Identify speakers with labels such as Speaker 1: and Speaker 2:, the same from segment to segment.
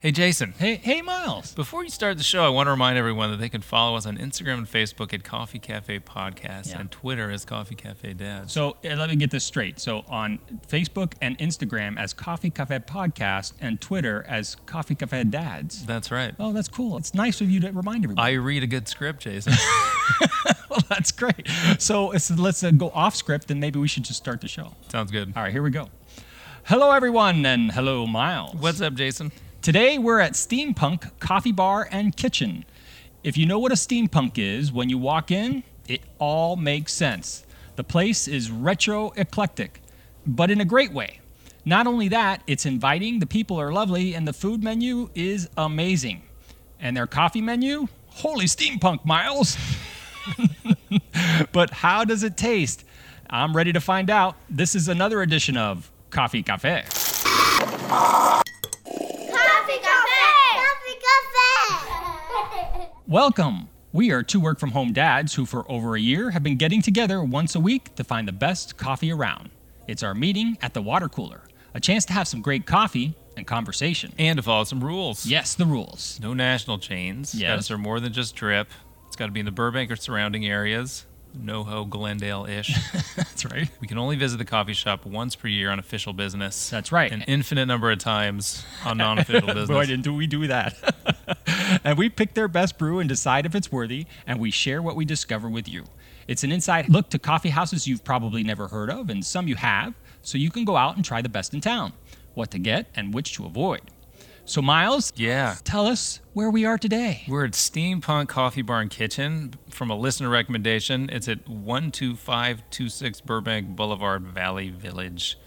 Speaker 1: Hey, Jason.
Speaker 2: Hey, hey, Miles.
Speaker 1: Before you start the show, I want to remind everyone that they can follow us on Instagram and Facebook at Coffee Cafe Podcast
Speaker 2: Yeah.
Speaker 1: and Twitter as Coffee Cafe Dad.
Speaker 2: So uh, let me get this straight. So on Facebook and Instagram as Coffee Cafe Podcast and Twitter as Coffee Cafe Dads.
Speaker 1: That's right.
Speaker 2: Oh, that's cool. It's nice of you to remind
Speaker 1: I
Speaker 2: everybody.
Speaker 1: read a good script, Jason.
Speaker 2: well, that's great. So it's, let's uh, go off script and maybe we should just start the show.
Speaker 1: Sounds good.
Speaker 2: All right, here we go. Hello, everyone, and hello, Miles.
Speaker 1: What's up, Jason?
Speaker 2: Today we're at Steampunk Coffee Bar and Kitchen. If you know what a steampunk is, when you walk in, it all makes sense. The place is retro eclectic, but in a great way. Not only that, it's inviting, the people are lovely, and the food menu is amazing. And their coffee menu? Holy steampunk, Miles! but how does it taste? I'm ready to find out. This is another edition of Coffee Cafe.
Speaker 3: Coffee Cafe! Coffee Cafe!
Speaker 2: Welcome! We are two work from home dads who, for over a year, have been getting together once a week to find the best coffee around. It's our meeting at the water cooler, a chance to have some great coffee and conversation.
Speaker 1: And to follow some rules.
Speaker 2: Yes, the rules.
Speaker 1: No national chains.
Speaker 2: Yes.
Speaker 1: Gotta serve more than just drip. It's got to be in the Burbank or surrounding areas. NoHo Glendale ish.
Speaker 2: That's right.
Speaker 1: we can only visit the coffee shop once per year on official business.
Speaker 2: That's right.
Speaker 1: An infinite number of times on non official business.
Speaker 2: Boy, didn't we do that. and we pick their best brew and decide if it's worthy, and we share what we discover with you. It's an inside look to coffee houses you've probably never heard of, and some you have, so you can go out and try the best in town, what to get and which to avoid. So, Miles,
Speaker 1: Yeah.
Speaker 2: tell us where we are today.
Speaker 1: We're at Steampunk Coffee Bar and Kitchen from a listener recommendation. It's at 12526 Burbank Boulevard, Valley Village,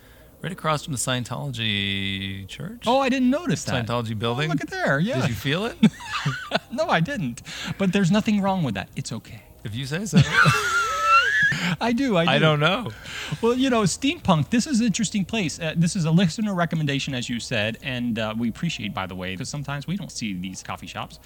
Speaker 1: right across from the Scientology Church.
Speaker 2: Oh, I didn't notice that. Oh,
Speaker 1: Scientology building.
Speaker 2: Look at there. Yeah.
Speaker 1: Did you feel it?
Speaker 2: No, I didn't. But there's nothing wrong with that. It's okay.
Speaker 1: if you say so.
Speaker 2: I do. I, do.
Speaker 1: I don't know.
Speaker 2: Well, you know, steampunk. This is an interesting place. Uh, this is a listener recommendation, as you said, and uh, we appreciate, by the way, because sometimes we don't see these coffee shops.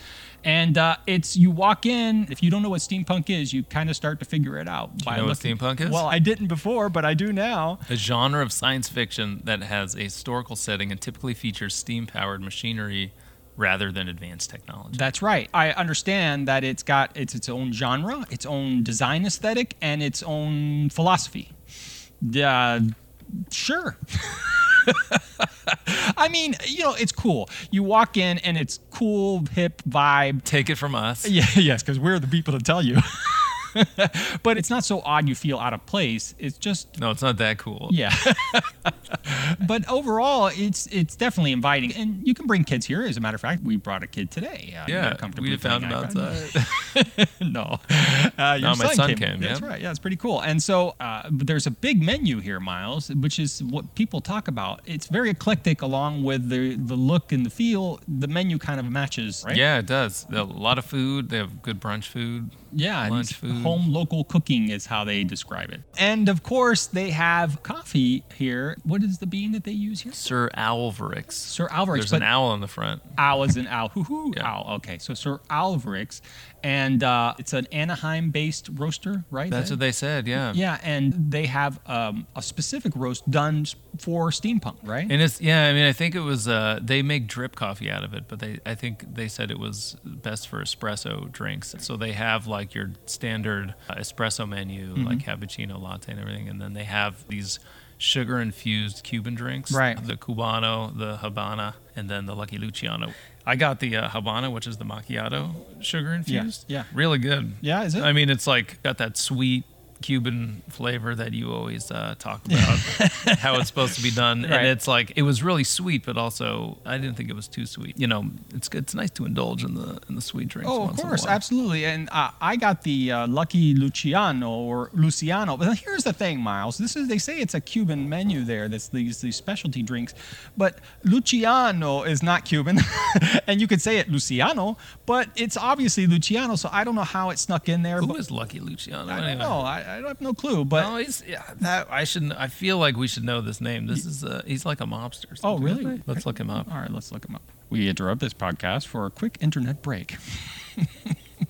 Speaker 2: And uh, it's you walk in. If you don't know what steampunk is, you kind of start to figure it out. by
Speaker 1: know what
Speaker 2: looking-
Speaker 1: steampunk is?
Speaker 2: Well, I didn't before, but I do now.
Speaker 1: A genre of science fiction that has a historical setting and typically features steam powered machinery rather than advanced technology.
Speaker 2: That's right. I understand that it's got its its own genre, its own design aesthetic, and its own philosophy. Yeah, sure. I mean, you know, it's cool. You walk in and it's cool, hip vibe.
Speaker 1: Take it from us.
Speaker 2: Yeah, yes, because we're the people to tell you. but it's not so odd you feel out of place. It's just
Speaker 1: No, it's not that cool.
Speaker 2: yeah. but overall, it's it's definitely inviting, and you can bring kids here. As a matter of fact, we brought a kid today. Uh, they're
Speaker 1: Yeah,
Speaker 2: comfortably
Speaker 1: we found him
Speaker 2: playing iPad.
Speaker 1: outside.
Speaker 2: no, uh, your
Speaker 1: No, my son came,
Speaker 2: That's
Speaker 1: yeah.
Speaker 2: right. Yeah, it's pretty cool. And so uh, but there's a big menu here, Miles, which is what people talk about. It's very eclectic, along with the the look and the feel. The menu kind of matches, right?
Speaker 1: Yeah, it does. They have a lot of food. They have good brunch food.
Speaker 2: Yeah, and
Speaker 1: Lunch
Speaker 2: it's
Speaker 1: food.
Speaker 2: home local cooking is how they describe it. And of course, they have coffee here. What is the bean that they use here?
Speaker 1: Sir Alvarix.
Speaker 2: Sir Alvarez,
Speaker 1: There's
Speaker 2: but
Speaker 1: an owl on the front.
Speaker 2: owl is an owl. Hoo hoo,
Speaker 1: Yeah.
Speaker 2: owl. Okay, so Sir Alvarez, and uh, it's an Anaheim-based roaster, right?
Speaker 1: That's what they said, yeah.
Speaker 2: Yeah, and they have um, a specific roast done s- for steampunk, right?
Speaker 1: And it's yeah, I mean I think it was uh they make drip coffee out of it, but they I think they said it was best for espresso drinks. So they have like your standard uh, espresso menu,
Speaker 2: Mm-hmm.
Speaker 1: like cappuccino, latte and everything, and then they have these sugar infused Cuban drinks.
Speaker 2: Right.
Speaker 1: The cubano, the habana, and then the lucky luciano. I got the uh, habana, which is the macchiato sugar infused.
Speaker 2: yeah.
Speaker 1: Really good.
Speaker 2: Yeah, is it?
Speaker 1: I mean, it's like got that sweet Cuban flavor that you always uh, talk about, how it's supposed to be done,
Speaker 2: Right.
Speaker 1: and it's like it was really sweet, but also I didn't think it was too sweet. You know, it's it's nice to indulge in the in the sweet drinks.
Speaker 2: Oh, of
Speaker 1: once in a
Speaker 2: course,
Speaker 1: while.
Speaker 2: absolutely. And uh, I got the uh, Lucky Luciano or Luciano. But here's the thing, Miles. This is they say it's a Cuban menu there. That's these these specialty drinks, but Luciano is not Cuban, and you could say it Luciano, but it's obviously Luciano. So I don't know how it snuck in there.
Speaker 1: Who
Speaker 2: but
Speaker 1: is Lucky Luciano?
Speaker 2: I don't
Speaker 1: anyway?
Speaker 2: know. I, I have no clue. But
Speaker 1: No, he's yeah, that I shouldn't. I feel like we should know this name. This is uh, he's like a mobster. or
Speaker 2: Oh,
Speaker 1: something,
Speaker 2: really?
Speaker 1: isn't he? Let's look him up.
Speaker 2: All right, let's look him up. We interrupt this podcast for a quick internet break.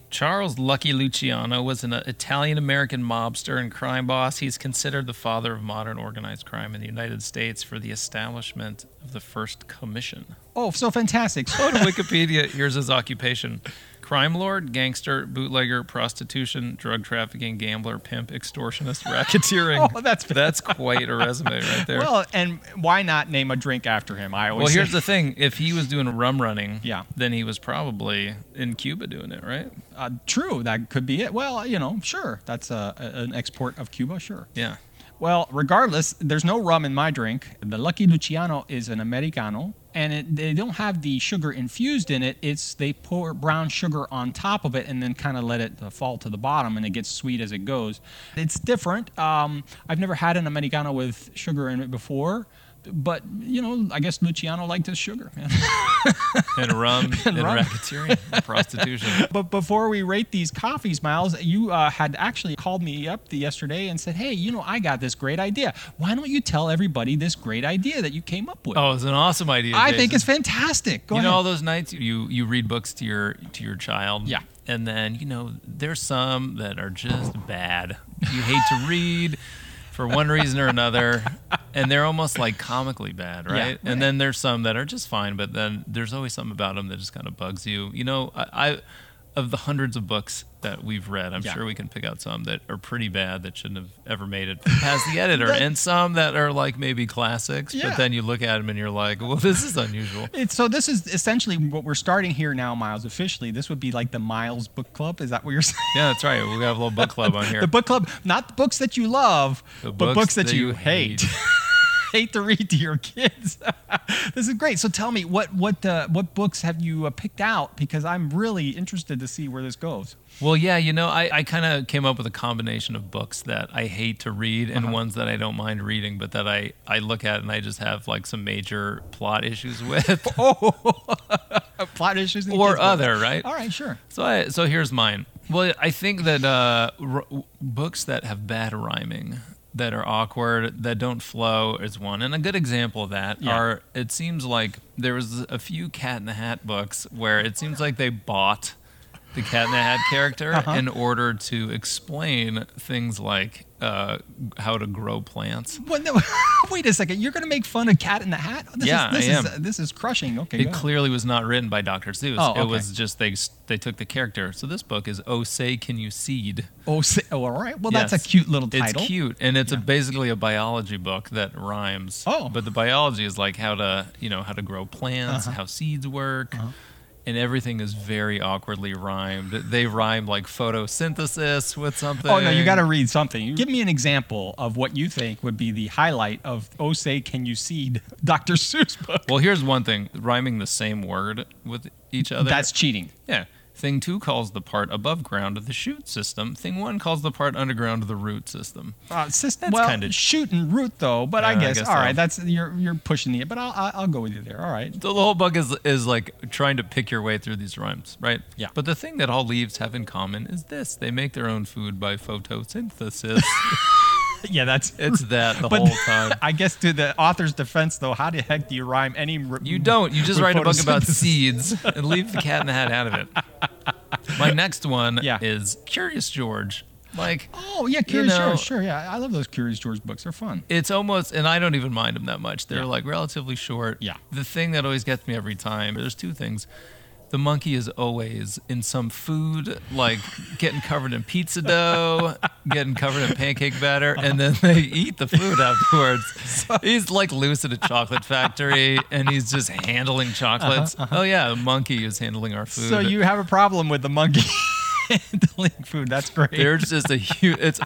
Speaker 1: Charles Lucky Luciano was an Italian American mobster and crime boss. He's considered the father of modern organized crime in the United States for the establishment of the first commission.
Speaker 2: Oh, so fantastic. So
Speaker 1: Go to Wikipedia. Here's his occupation crime lord, gangster, bootlegger, prostitution, drug trafficking, gambler, pimp, extortionist, racketeering.
Speaker 2: Oh, that's
Speaker 1: that's quite a resume right there. Well,
Speaker 2: well, and why not name a drink after him? I always
Speaker 1: here's
Speaker 2: say-
Speaker 1: the thing if he was doing rum running,
Speaker 2: Yeah.
Speaker 1: then he was probably in Cuba doing it, right?
Speaker 2: uh, true. That could be it. Well, you know, sure. That's uh, a, an export of Cuba. Sure.
Speaker 1: Yeah.
Speaker 2: Well, regardless, there's no rum in my drink. The Lucky Luciano is an Americano, and it, they don't have the sugar infused in it. It's they pour brown sugar on top of it and then kind of let it uh, fall to the bottom, and it gets sweet as it goes. It's different. Um, I've never had an Americano with sugar in it before, but you know, I guess Luciano liked his sugar, man.
Speaker 1: And rum and,
Speaker 2: rum.
Speaker 1: racketeering and prostitution.
Speaker 2: But before we rate these coffees, Miles, you uh, had actually called me up the yesterday and said, "Hey, you know, I got this great idea. Why don't you tell everybody this great idea that you came up with?"
Speaker 1: Oh, it's an awesome idea.
Speaker 2: I think
Speaker 1: Jason.
Speaker 2: it's fantastic. Go
Speaker 1: you
Speaker 2: ahead.
Speaker 1: know all those nights you you read books to your to your child.
Speaker 2: Yeah.
Speaker 1: And then you know there's some that are just bad. You hate to read for one reason or another, and they're almost like comically bad, right?
Speaker 2: Yeah, right.
Speaker 1: And then there's some that are just fine, but then there's always something about them that just kind of bugs you. You know, I. I of the hundreds of books that we've read, I'm
Speaker 2: Yeah.
Speaker 1: sure we can pick out some that are pretty bad that shouldn't have ever made it past the editor,
Speaker 2: That-
Speaker 1: and some that are like maybe classics.
Speaker 2: Yeah.
Speaker 1: But then you look at them and you're like, well, this is unusual.
Speaker 2: It's, so this is essentially what we're starting here now, Miles. Officially, this would be like the Miles Book Club. Is that what you're saying?
Speaker 1: Yeah, that's right. We have a little book club on here.
Speaker 2: The book club, not the books that you love,
Speaker 1: The
Speaker 2: but books, that, you hate. hate to read to your kids. this is great. So tell me, what what uh, what books have you uh, picked out? Because I'm really interested to see where this goes.
Speaker 1: Well, yeah, you know, I, I kind of came up with a combination of books that I hate to read and ones that I don't mind reading, but that I, I look at and I just have like some major plot issues with
Speaker 2: Uh, plot issues in the
Speaker 1: or
Speaker 2: kids' books.
Speaker 1: other, right?
Speaker 2: All right, sure.
Speaker 1: So, I, so here's mine. Well, I think that uh, r- books that have bad rhyming, that are awkward, that don't flow, is one. And a good example of that
Speaker 2: Yeah.
Speaker 1: are. It seems like there was a few Cat in the Hat books where it seems like they bought the Cat in the Hat character
Speaker 2: Uh-huh.
Speaker 1: in order to explain things like uh, how to grow plants.
Speaker 2: What, no, wait a second. You're going to make fun of Cat in the Hat? This
Speaker 1: Yeah,
Speaker 2: is, this
Speaker 1: I am.
Speaker 2: Is, uh, this is crushing. Okay. go
Speaker 1: It
Speaker 2: ahead.
Speaker 1: clearly was not written by Dr. Seuss.
Speaker 2: Oh,
Speaker 1: It
Speaker 2: okay.
Speaker 1: was just they they took the character. So this book is Oh Say Can You Seed.
Speaker 2: Oh, say, oh, all right. Well, that's
Speaker 1: Yes.
Speaker 2: a cute little title.
Speaker 1: It's cute, and it's a, basically a biology book that rhymes.
Speaker 2: Oh.
Speaker 1: but the biology is like how to you know how to grow plants,
Speaker 2: Uh-huh.
Speaker 1: how seeds work. And everything is very awkwardly rhymed. They rhyme like photosynthesis with something.
Speaker 2: Oh no, you got to read something. Give me an example of what you think would be the highlight of "Oh Say Can You Seed" Dr. Seuss book.
Speaker 1: Well, here's one thing: rhyming the same word with each other.
Speaker 2: That's cheating.
Speaker 1: yeah. Thing two calls the part above ground of the shoot system. Thing one calls the part underground of the root system.
Speaker 2: Uh, sis,
Speaker 1: That's
Speaker 2: well,
Speaker 1: kinda-
Speaker 2: shoot and root though, but I
Speaker 1: Yeah, Uh, I
Speaker 2: guess,
Speaker 1: guess
Speaker 2: all
Speaker 1: so.
Speaker 2: right. That's you're you're pushing the but I'll I'll I'll go with you there. All right.
Speaker 1: So the whole book is is like trying to pick your way through these rhymes, right?
Speaker 2: Yeah.
Speaker 1: But the thing that all leaves have in common is this: they make their own food by photosynthesis.
Speaker 2: Yeah, that's
Speaker 1: it's that the
Speaker 2: But-
Speaker 1: whole time.
Speaker 2: I guess to the author's defense though, how the heck do you rhyme any? r-
Speaker 1: You don't. You just
Speaker 2: with
Speaker 1: write a book about
Speaker 2: photosynthesis?
Speaker 1: seeds and leave the cat in the hat out of it. My next one
Speaker 2: Yeah.
Speaker 1: is Curious George. Like
Speaker 2: Oh yeah, Curious
Speaker 1: know-
Speaker 2: George. Sure, yeah, I love those Curious George books. They're fun.
Speaker 1: it's almost, and I don't even mind them that much. They're
Speaker 2: Yeah.
Speaker 1: like relatively short.
Speaker 2: Yeah.
Speaker 1: The thing that always gets me every time, there's two things. The monkey is always in some food, like getting covered in pizza dough, getting covered in pancake batter, and then they eat the food afterwards. he's like loose at a chocolate factory and he's just handling chocolates. Oh, yeah, the monkey is handling our food.
Speaker 2: Uh-huh, So you have a problem with the monkey handling food? That's great.
Speaker 1: There's just a huge. It's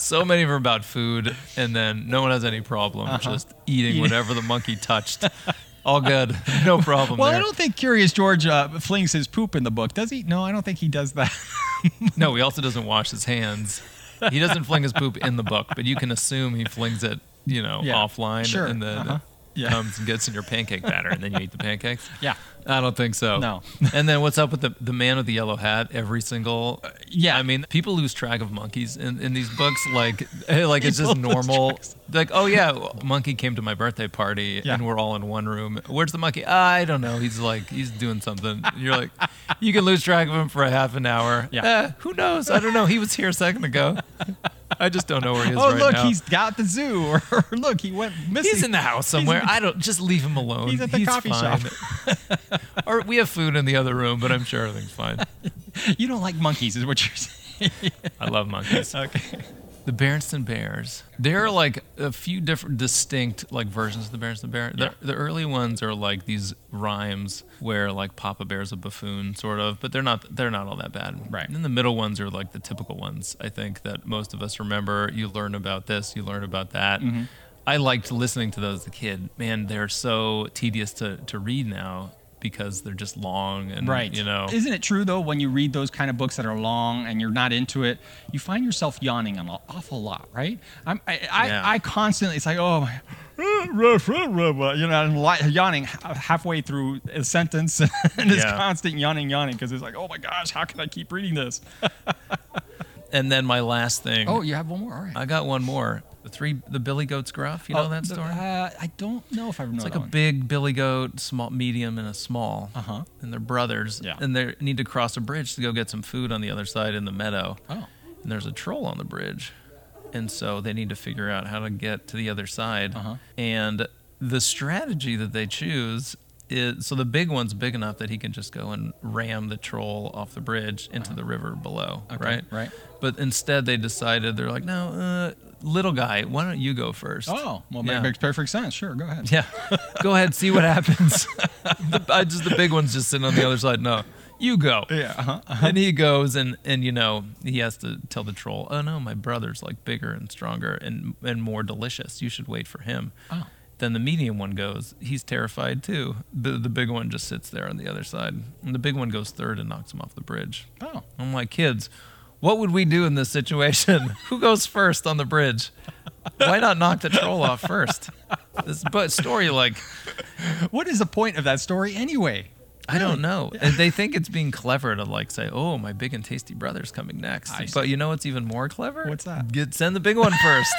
Speaker 1: so many of them about food, and then no one has any problem
Speaker 2: Uh-huh.
Speaker 1: just eating whatever the monkey touched. All good, no problem
Speaker 2: Well,
Speaker 1: there.
Speaker 2: I don't think Curious George uh, flings his poop in the book, does he? No, I don't think he does that.
Speaker 1: No, he also doesn't wash his hands. He doesn't fling his poop in the book, but you can assume he flings it, you know,
Speaker 2: Yeah,
Speaker 1: offline,
Speaker 2: sure,
Speaker 1: and then
Speaker 2: uh-huh. Yeah.
Speaker 1: comes and gets in your pancake batter, and then you eat the pancakes.
Speaker 2: Yeah.
Speaker 1: I don't think so.
Speaker 2: No.
Speaker 1: and then what's up with the the man with the yellow hat? Every single.
Speaker 2: yeah.
Speaker 1: I mean, people lose track of monkeys in, in these books. Like, eh, like it's just
Speaker 2: People lose
Speaker 1: normal.
Speaker 2: tracks.
Speaker 1: Like, oh yeah, monkey came to my birthday party,
Speaker 2: Yeah.
Speaker 1: and we're all in one room. Where's the monkey? I don't know. He's like, he's doing something. And you're like, you can lose track of him for a half an hour.
Speaker 2: Yeah.
Speaker 1: Eh, who knows? I don't know. He was here a second ago. I just don't know where he is
Speaker 2: Oh,
Speaker 1: right
Speaker 2: look,
Speaker 1: now.
Speaker 2: he's got the zoo, or, look, he went missing.
Speaker 1: He's in the house somewhere. I don't just leave him alone.
Speaker 2: He's at the coffee shop.
Speaker 1: shop. or we have food in the other room, but I'm sure everything's fine.
Speaker 2: You don't like monkeys, is what you're saying.
Speaker 1: I love monkeys.
Speaker 2: okay.
Speaker 1: The Berenstain Bears. There are like a few different distinct like versions of the Berenstain Bear. The,
Speaker 2: Yeah.
Speaker 1: the early ones are like these rhymes where like Papa Bear's a buffoon sort of, but they're not they're not all that bad.
Speaker 2: Right.
Speaker 1: And then the middle ones are like the typical ones I think that most of us remember. You learn about this, you learn about that.
Speaker 2: Mm-hmm.
Speaker 1: I liked listening to those as a kid. Man, they're so tedious to, to read now because they're just long and
Speaker 2: Right.
Speaker 1: you know
Speaker 2: Isn't it true, though, when you read those kind of books that are long and you're not into it, you find yourself yawning an awful lot, right? I'm, I, I,
Speaker 1: Yeah.
Speaker 2: I constantly, it's like, oh, my. You know, I'm li- yawning ha- halfway through a sentence, and it's
Speaker 1: Yeah.
Speaker 2: constant yawning, yawning, because it's like, oh my gosh, how can I keep reading this?
Speaker 1: and then my last thing
Speaker 2: Oh, you have one more. All right.
Speaker 1: I got one more. The three, the Billy Goat's Gruff. Uh, You know
Speaker 2: Oh,
Speaker 1: that
Speaker 2: the-
Speaker 1: story?
Speaker 2: Uh, I don't know if I remember.
Speaker 1: it's like a
Speaker 2: that one.
Speaker 1: big Billy Goat, small, medium, and a small.
Speaker 2: Uh-huh.
Speaker 1: And they're brothers.
Speaker 2: Yeah.
Speaker 1: And they need to cross a bridge to go get some food on the other side in the meadow.
Speaker 2: Oh.
Speaker 1: And there's a troll on the bridge, and so they need to figure out how to get to the other side.
Speaker 2: Uh-huh.
Speaker 1: And the strategy that they choose. Is, so the big one's big enough that he can just go and ram the troll off the bridge into the river below,
Speaker 2: Uh-huh. Okay,
Speaker 1: right?
Speaker 2: right.
Speaker 1: But instead, they decided they're like, no, uh, little guy, why don't you go first?
Speaker 2: Oh, well,
Speaker 1: Yeah.
Speaker 2: that makes perfect sense. Sure, go ahead.
Speaker 1: Yeah, go ahead, see what happens. the, I just the big one's just sitting on the other side. No, you go.
Speaker 2: Yeah. Uh-huh.
Speaker 1: And he goes, and and you know he has to tell the troll, oh no, my brother's like bigger and stronger and and more delicious. You should wait for him.
Speaker 2: Oh.
Speaker 1: Then the medium one goes. He's terrified too. The the big one just sits there on the other side, and the big one goes third and knocks him off the bridge.
Speaker 2: Oh.
Speaker 1: I'm like, kids, what would we do in this situation? Who goes first on the bridge? Why not knock the troll off first? This but story, like,
Speaker 2: What is the point of that story anyway?
Speaker 1: I don't know. And they think it's being clever to like say, "Oh, my big and tasty brother's coming next."
Speaker 2: I see.
Speaker 1: But you know what's even more clever?
Speaker 2: What's that?
Speaker 1: Get send the big one first.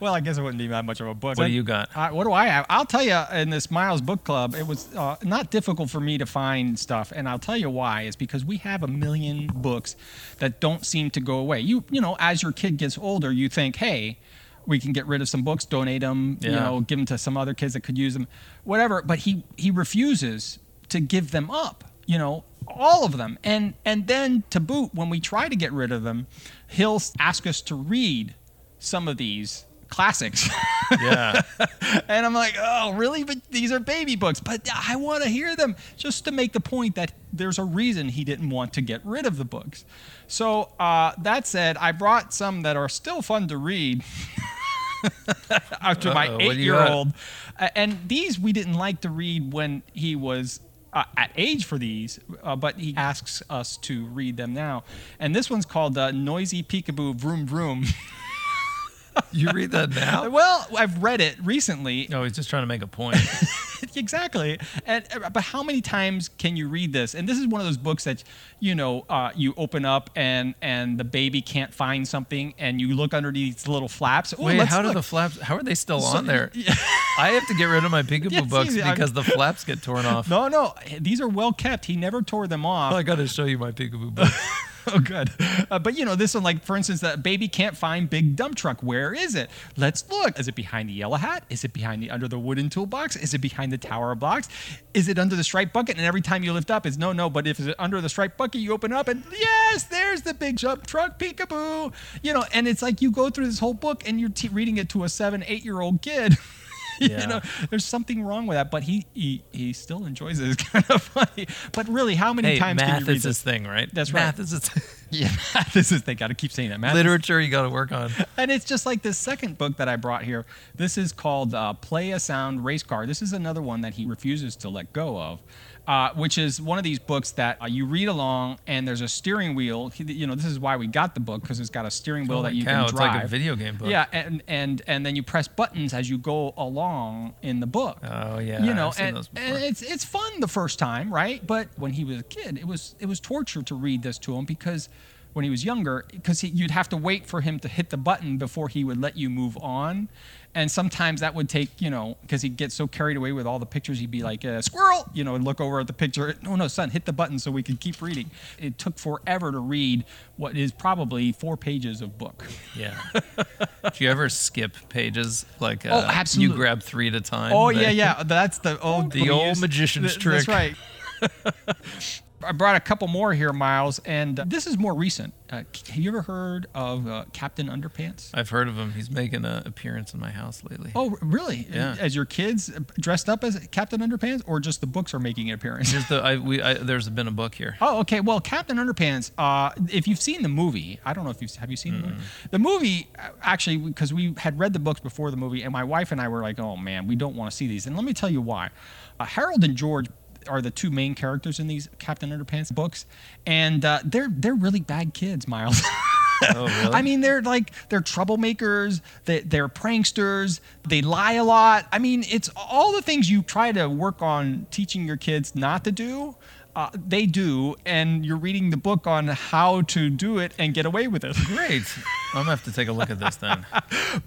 Speaker 2: Well, I guess it wouldn't be that much of a book.
Speaker 1: What do you got?
Speaker 2: Uh, what do I have? I'll tell you. In this Miles Book Club, it was uh, not difficult for me to find stuff, and I'll tell you why. Is because we have a million books that don't seem to go away. You, you know, as your kid gets older, you think, hey, we can get rid of some books, donate them, you
Speaker 1: Yeah.
Speaker 2: know, give them to some other kids that could use them, whatever. But he he refuses to give them up. You know, all of them, and and then to boot, when we try to get rid of them, he'll ask us to read some of these classics.
Speaker 1: yeah.
Speaker 2: And I'm like, oh, really? But these are baby books. But I want to hear them just to make the point that there's a reason he didn't want to get rid of the books. So uh, that said, I brought some that are still fun to read after my
Speaker 1: Uh-oh, what do you
Speaker 2: eight year old. And these we didn't like to read when he was. Uh, at age for these, uh, but he asks us to read them now. And this one's called uh, Noisy Peekaboo Vroom Vroom.
Speaker 1: You read that now?
Speaker 2: well, I've read it recently
Speaker 1: No, he's just trying to make a point.
Speaker 2: exactly. And uh, but how many times can you read this? And this is one of those books that you know uh, you open up and and the baby can't find something, and you look under these little flaps. Ooh,
Speaker 1: Wait,
Speaker 2: let's
Speaker 1: how do
Speaker 2: look.
Speaker 1: the flaps? How are they still on there? I have to get rid of my peekaboo
Speaker 2: Yes,
Speaker 1: books
Speaker 2: easy. I'm-
Speaker 1: because the flaps get torn off.
Speaker 2: no, no, these are well kept. He never tore them off.
Speaker 1: I got to show you my peekaboo book.
Speaker 2: oh, good. Uh, but you know, this one, like for instance, that baby can't find big dump truck. Where is it? Let's look. Is it behind the yellow hat? Is it behind the under the wooden toolbox? Is it behind the tower box? Is it under the stripe bucket? And every time you lift up, it's no, no. But if it's under the stripe bucket, you open up and yes, there's the big dump truck peekaboo. You know, and it's like you go through this whole book and you're t- reading it to a seven, eight year old kid.
Speaker 1: Yeah.
Speaker 2: you know, there's something wrong with that, but he he, he still enjoys it. It's kind of funny. But really, how many
Speaker 1: hey,
Speaker 2: times
Speaker 1: math
Speaker 2: can you read
Speaker 1: is
Speaker 2: this?
Speaker 1: his thing, right?
Speaker 2: That's
Speaker 1: math
Speaker 2: right.
Speaker 1: is his.
Speaker 2: Yeah, this is they got to keep saying that. Matt.
Speaker 1: Literature you got to work on.
Speaker 2: And it's just like this second book that I brought here. This is called uh, Play a Sound Race Car. This is another one that he refuses to let go of, uh, which is one of these books that uh, you read along and there's a steering wheel. He- You know, this is why we got the book because it's got a steering wheel
Speaker 1: my
Speaker 2: that you
Speaker 1: cow,
Speaker 2: can
Speaker 1: it's like
Speaker 2: drive.
Speaker 1: a video game book.
Speaker 2: Yeah, and, and and then you press buttons as you go along in the book.
Speaker 1: Oh, yeah,
Speaker 2: You know,
Speaker 1: I've seen
Speaker 2: and-
Speaker 1: those before.
Speaker 2: and it's it's fun the first time, right? But when he was a kid, it was it was torture to read this to him because when he was younger, because you'd have to wait for him to hit the button before he would let you move on, and sometimes that would take you know because he'd get so carried away with all the pictures, he'd be like uh, squirrel, you know, and look over at the picture. No, no, son, hit the button so we could keep reading. It took forever to read what is probably four pages of book.
Speaker 1: Yeah. Do you ever skip pages? Like, uh,
Speaker 2: absolutely.
Speaker 1: You grab three at a time.
Speaker 2: Oh
Speaker 1: They-
Speaker 2: yeah, yeah. That's the old
Speaker 1: The old magician's
Speaker 2: That's
Speaker 1: trick.
Speaker 2: right. I brought a couple more here, Miles, and uh, this is more recent. Uh, c- have you ever heard of uh, Captain Underpants?
Speaker 1: I've heard of him. He's making an appearance in my house lately.
Speaker 2: Oh, r- really?
Speaker 1: Yeah.
Speaker 2: As your kids uh, dressed up as Captain Underpants, or just the books are making an appearance?
Speaker 1: Just the, I, we, I, there's been a book here.
Speaker 2: Oh, okay. Well, Captain Underpants. Uh, if you've seen the movie, I don't know if you've have you seen the movie. The movie, uh, actually, because we had read the books before the movie, and my wife and I were like, "Oh man, we don't want to see these." And let me tell you why. Uh, Harold and George are the two main characters in these Captain Underpants books, and uh, they're they're really bad kids, Miles.
Speaker 1: Oh, really?
Speaker 2: I mean, they're like they're troublemakers. They, they're pranksters. They lie a lot. I mean, it's all the things you try to work on teaching your kids not to do. Uh, they do, and you're reading the book on how to do it and get away with it.
Speaker 1: great. I'm going to have to take a look at this then.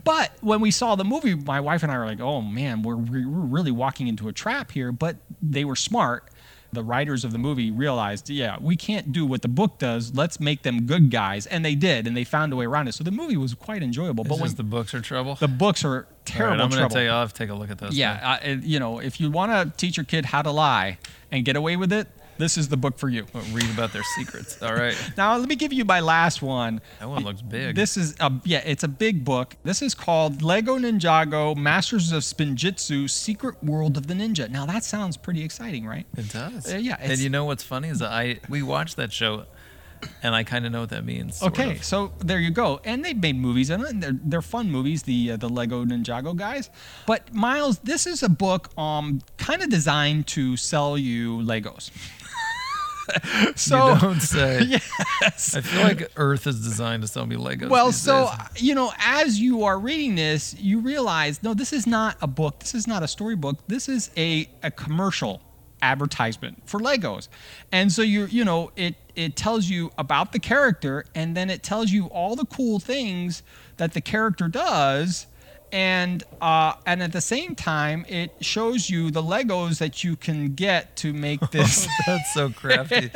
Speaker 2: But when we saw the movie, my wife and I were like, "Oh man, we're we're really walking into a trap here." But they were smart. The writers of the movie realized, yeah, we can't do what the book does. Let's make them good guys, and they did, and they found a way around it. So the movie was quite enjoyable.
Speaker 1: But
Speaker 2: but when
Speaker 1: the books are trouble?
Speaker 2: the books are
Speaker 1: All right,
Speaker 2: terrible
Speaker 1: I'm
Speaker 2: trouble.
Speaker 1: to tell you, I'll have to take a look at those. then.
Speaker 2: yeah, I, you know, if you want to teach your kid how to lie and get away with it, this is the book for you.
Speaker 1: Read about their secrets. All right.
Speaker 2: Now let me give you my last one.
Speaker 1: That one looks big.
Speaker 2: This is a yeah, it's a big book. This is called Lego Ninjago: Masters of Spinjitzu: Secret World of the Ninja. Now that sounds pretty exciting, right?
Speaker 1: It does.
Speaker 2: Uh, yeah,
Speaker 1: And
Speaker 2: it's-
Speaker 1: you know what's funny is that I we watched that show, and I kind of know what that means. sort
Speaker 2: Okay,
Speaker 1: of.
Speaker 2: so there you go. And they've made movies in it, and they're, they're fun movies, the uh, the Lego Ninjago guys. But Miles, this is a book um kind of designed to sell you Legos. so
Speaker 1: you don't say.
Speaker 2: yes.
Speaker 1: I feel like Earth is designed to sell me Legos.
Speaker 2: Well,
Speaker 1: these
Speaker 2: so uh,
Speaker 1: days.
Speaker 2: you know, as you are reading this, you realize no, this is not a book. This is not a storybook. This is a, a commercial advertisement for Legos, and so you you know it it tells you about the character, and then it tells you all the cool things that the character does. And uh, and at the same time, it shows you the Legos that you can get to make this.
Speaker 1: that's so crafty.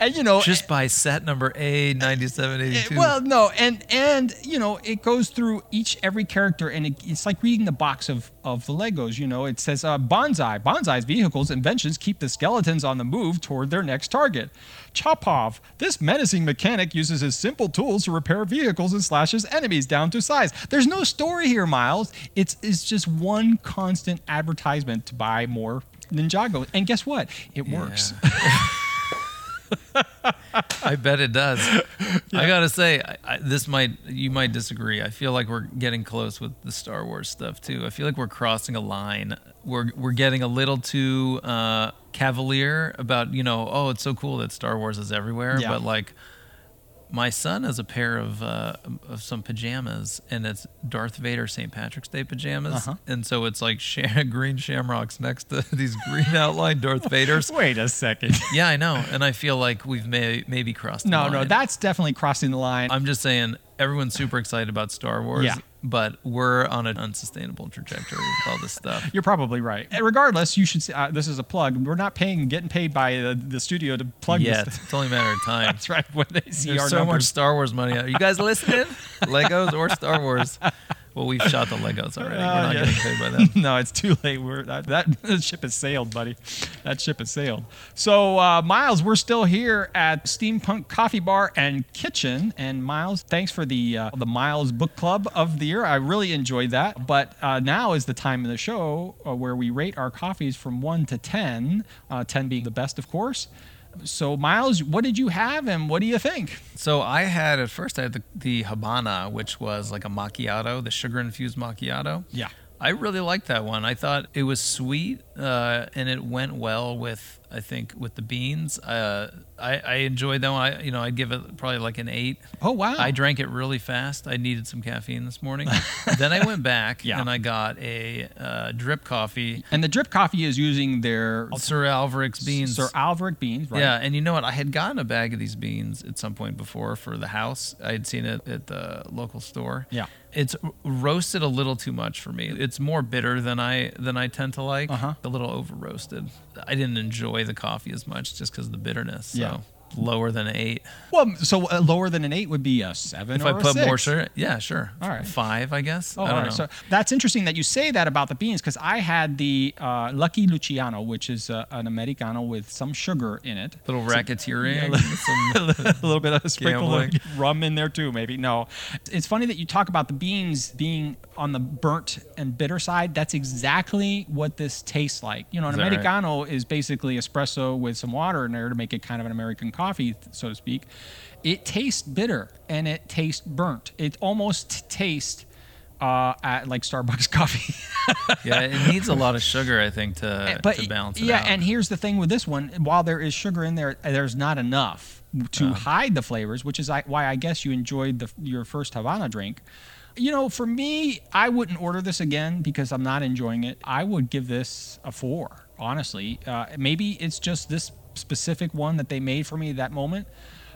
Speaker 2: and you know,
Speaker 1: Just by set number A ninety seven eighty
Speaker 2: Eh,
Speaker 1: two.
Speaker 2: Well, no, and and you know it goes through each every character, and it, it's like reading the box of of the Legos. You know, it says uh, bonsai, bonsai's vehicles, inventions keep the skeletons on the move toward their next target. Chopov, this menacing mechanic uses his simple tools to repair vehicles and slashes enemies down to size. There's no story here, Miles. It's it's just one constant advertisement to buy more Ninjago, and guess what? It works.
Speaker 1: I bet it does. I gotta say, I, I, this might you might disagree. I feel like we're getting close with the Star Wars stuff too. I feel like we're crossing a line. We're we're getting a little too uh, cavalier about you know. Oh, it's so cool that Star Wars is everywhere,
Speaker 2: Yeah.
Speaker 1: but like. My son has a pair of uh, of some pajamas, and it's Darth Vader St. Patrick's Day pajamas,
Speaker 2: Uh-huh.
Speaker 1: and so it's like sha- green shamrocks next to these green outlined Darth Vaders.
Speaker 2: Wait a second.
Speaker 1: Yeah, I know, and I feel like we've may- maybe crossed. the
Speaker 2: No, no,
Speaker 1: line.
Speaker 2: that's definitely crossing the line.
Speaker 1: I'm just saying everyone's super excited about Star Wars,
Speaker 2: Yeah.
Speaker 1: but we're on an unsustainable trajectory with all this stuff.
Speaker 2: You're probably right. And Regardless, you should. s- Uh, this is a plug. We're not paying, getting paid by the, the studio to plug
Speaker 1: Yet
Speaker 2: this.
Speaker 1: it's only a matter of time.
Speaker 2: That's right. When they see
Speaker 1: There's
Speaker 2: our
Speaker 1: so much
Speaker 2: numbers.
Speaker 1: Star Wars money. Are you guys listening? Legos or Star Wars? Well, we've shot the Legos already. we're
Speaker 2: Oh,
Speaker 1: not
Speaker 2: yeah.
Speaker 1: getting paid by them.
Speaker 2: no, it's too late. We're that, that, ship has sailed, buddy. That ship has sailed. So, uh, Miles, we're still here at Steampunk Coffee Bar and Kitchen. And Miles, thanks for the uh, the Miles Book Club of the year. I really enjoyed that. But uh, now is the time in the show uh, where we rate our coffees from one to ten. Uh, ten being the best, of course. So, Miles, what did you have and what do you think?
Speaker 1: So I had at first I had the, the Habana, which was like a macchiato, the sugar infused macchiato.
Speaker 2: Yeah.
Speaker 1: I really liked that one. I thought it was sweet uh, and it went well with I think with the beans. Uh, I, I enjoyed that one. I you know I'd give it probably like an eight.
Speaker 2: Oh, wow.
Speaker 1: I drank it really fast. I needed some caffeine this morning. then I went back
Speaker 2: Yeah.
Speaker 1: and I got a uh, drip coffee.
Speaker 2: And the drip coffee is using their
Speaker 1: Sir Alvaric's beans.
Speaker 2: Sir Alvaric beans, right?
Speaker 1: Yeah, and you know what? I had gotten a bag of these beans at some point before for the house. I had seen it at the local store.
Speaker 2: Yeah.
Speaker 1: it's r- roasted a little too much for me. It's more bitter than I than I tend to like.
Speaker 2: Uh-huh.
Speaker 1: A little over roasted. I didn't enjoy the coffee as much just because of the bitterness. So.
Speaker 2: Yeah.
Speaker 1: Lower than an eight.
Speaker 2: Well, so uh, lower than an eight would be a seven.
Speaker 1: If
Speaker 2: or
Speaker 1: I
Speaker 2: a
Speaker 1: put
Speaker 2: six.
Speaker 1: more sugar, yeah, sure.
Speaker 2: All right.
Speaker 1: Five, I guess.
Speaker 2: Oh,
Speaker 1: I don't
Speaker 2: all right.
Speaker 1: know.
Speaker 2: So that's interesting that you say that about the beans because I had the uh, Lucky Luciano, which is uh, an Americano with some sugar in it.
Speaker 1: little racketeering. some-
Speaker 2: a little bit of a sprinkle of
Speaker 1: Gambling.
Speaker 2: rum in there too, maybe. No, it's funny that you talk about the beans being on the burnt and bitter side. That's exactly what this tastes like. You know, an
Speaker 1: Is that right?
Speaker 2: americano is basically espresso with some water in there to make it kind of an American coffee, so to speak. It tastes bitter and it tastes burnt. It almost tastes uh, at like Starbucks coffee.
Speaker 1: yeah, it needs a lot of sugar, I think, to, to balance it
Speaker 2: Eh, yeah,
Speaker 1: out.
Speaker 2: and here's the thing with this one: while there is sugar in there, there's not enough to hide the flavors, which is I- why I guess you enjoyed the, your first Havana drink. You know, for me, I wouldn't order this again because I'm not enjoying it. I would give this a four, honestly. Uh, maybe it's just this specific one that they made for me that moment.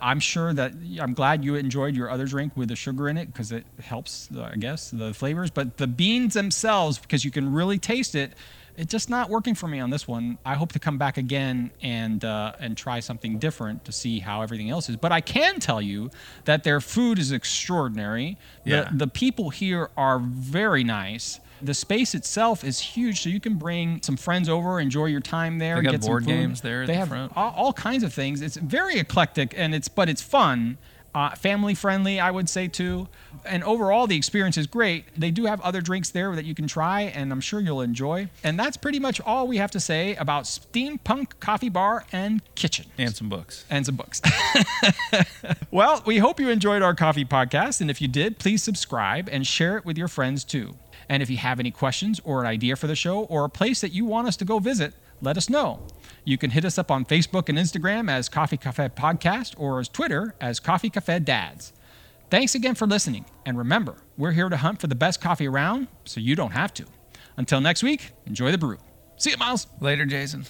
Speaker 2: I'm sure that I'm glad you enjoyed your other drink with the sugar in it because it helps, uh, I guess, the flavors. But the beans themselves, because you can really taste it, it's just not working for me on this one. I hope to come back again and uh, and try something different to see how everything else is. But I can tell you that their food is extraordinary.
Speaker 1: Yeah.
Speaker 2: The, the people here are very nice. The space itself is huge, so you can bring some friends over, enjoy your time there.
Speaker 1: They got
Speaker 2: get some
Speaker 1: board
Speaker 2: food.
Speaker 1: games there at
Speaker 2: They
Speaker 1: the
Speaker 2: have
Speaker 1: front.
Speaker 2: all, all kinds of things. It's very eclectic and it's but it's fun, uh, family friendly, I would say too. And overall, the experience is great. They do have other drinks there that you can try, and I'm sure you'll enjoy. And that's pretty much all we have to say about Steampunk Coffee Bar and Kitchen
Speaker 1: and some books.
Speaker 2: and some books. well, we hope you enjoyed our coffee podcast. And if you did, please subscribe and share it with your friends too. And if you have any questions or an idea for the show or a place that you want us to go visit, let us know. You can hit us up on Facebook and Instagram as Coffee Cafe Podcast or as Twitter as Coffee Cafe Dads. Thanks again for listening. And remember, we're here to hunt for the best coffee around so you don't have to. Until next week, enjoy the brew. See you, Miles.
Speaker 1: Later, Jason.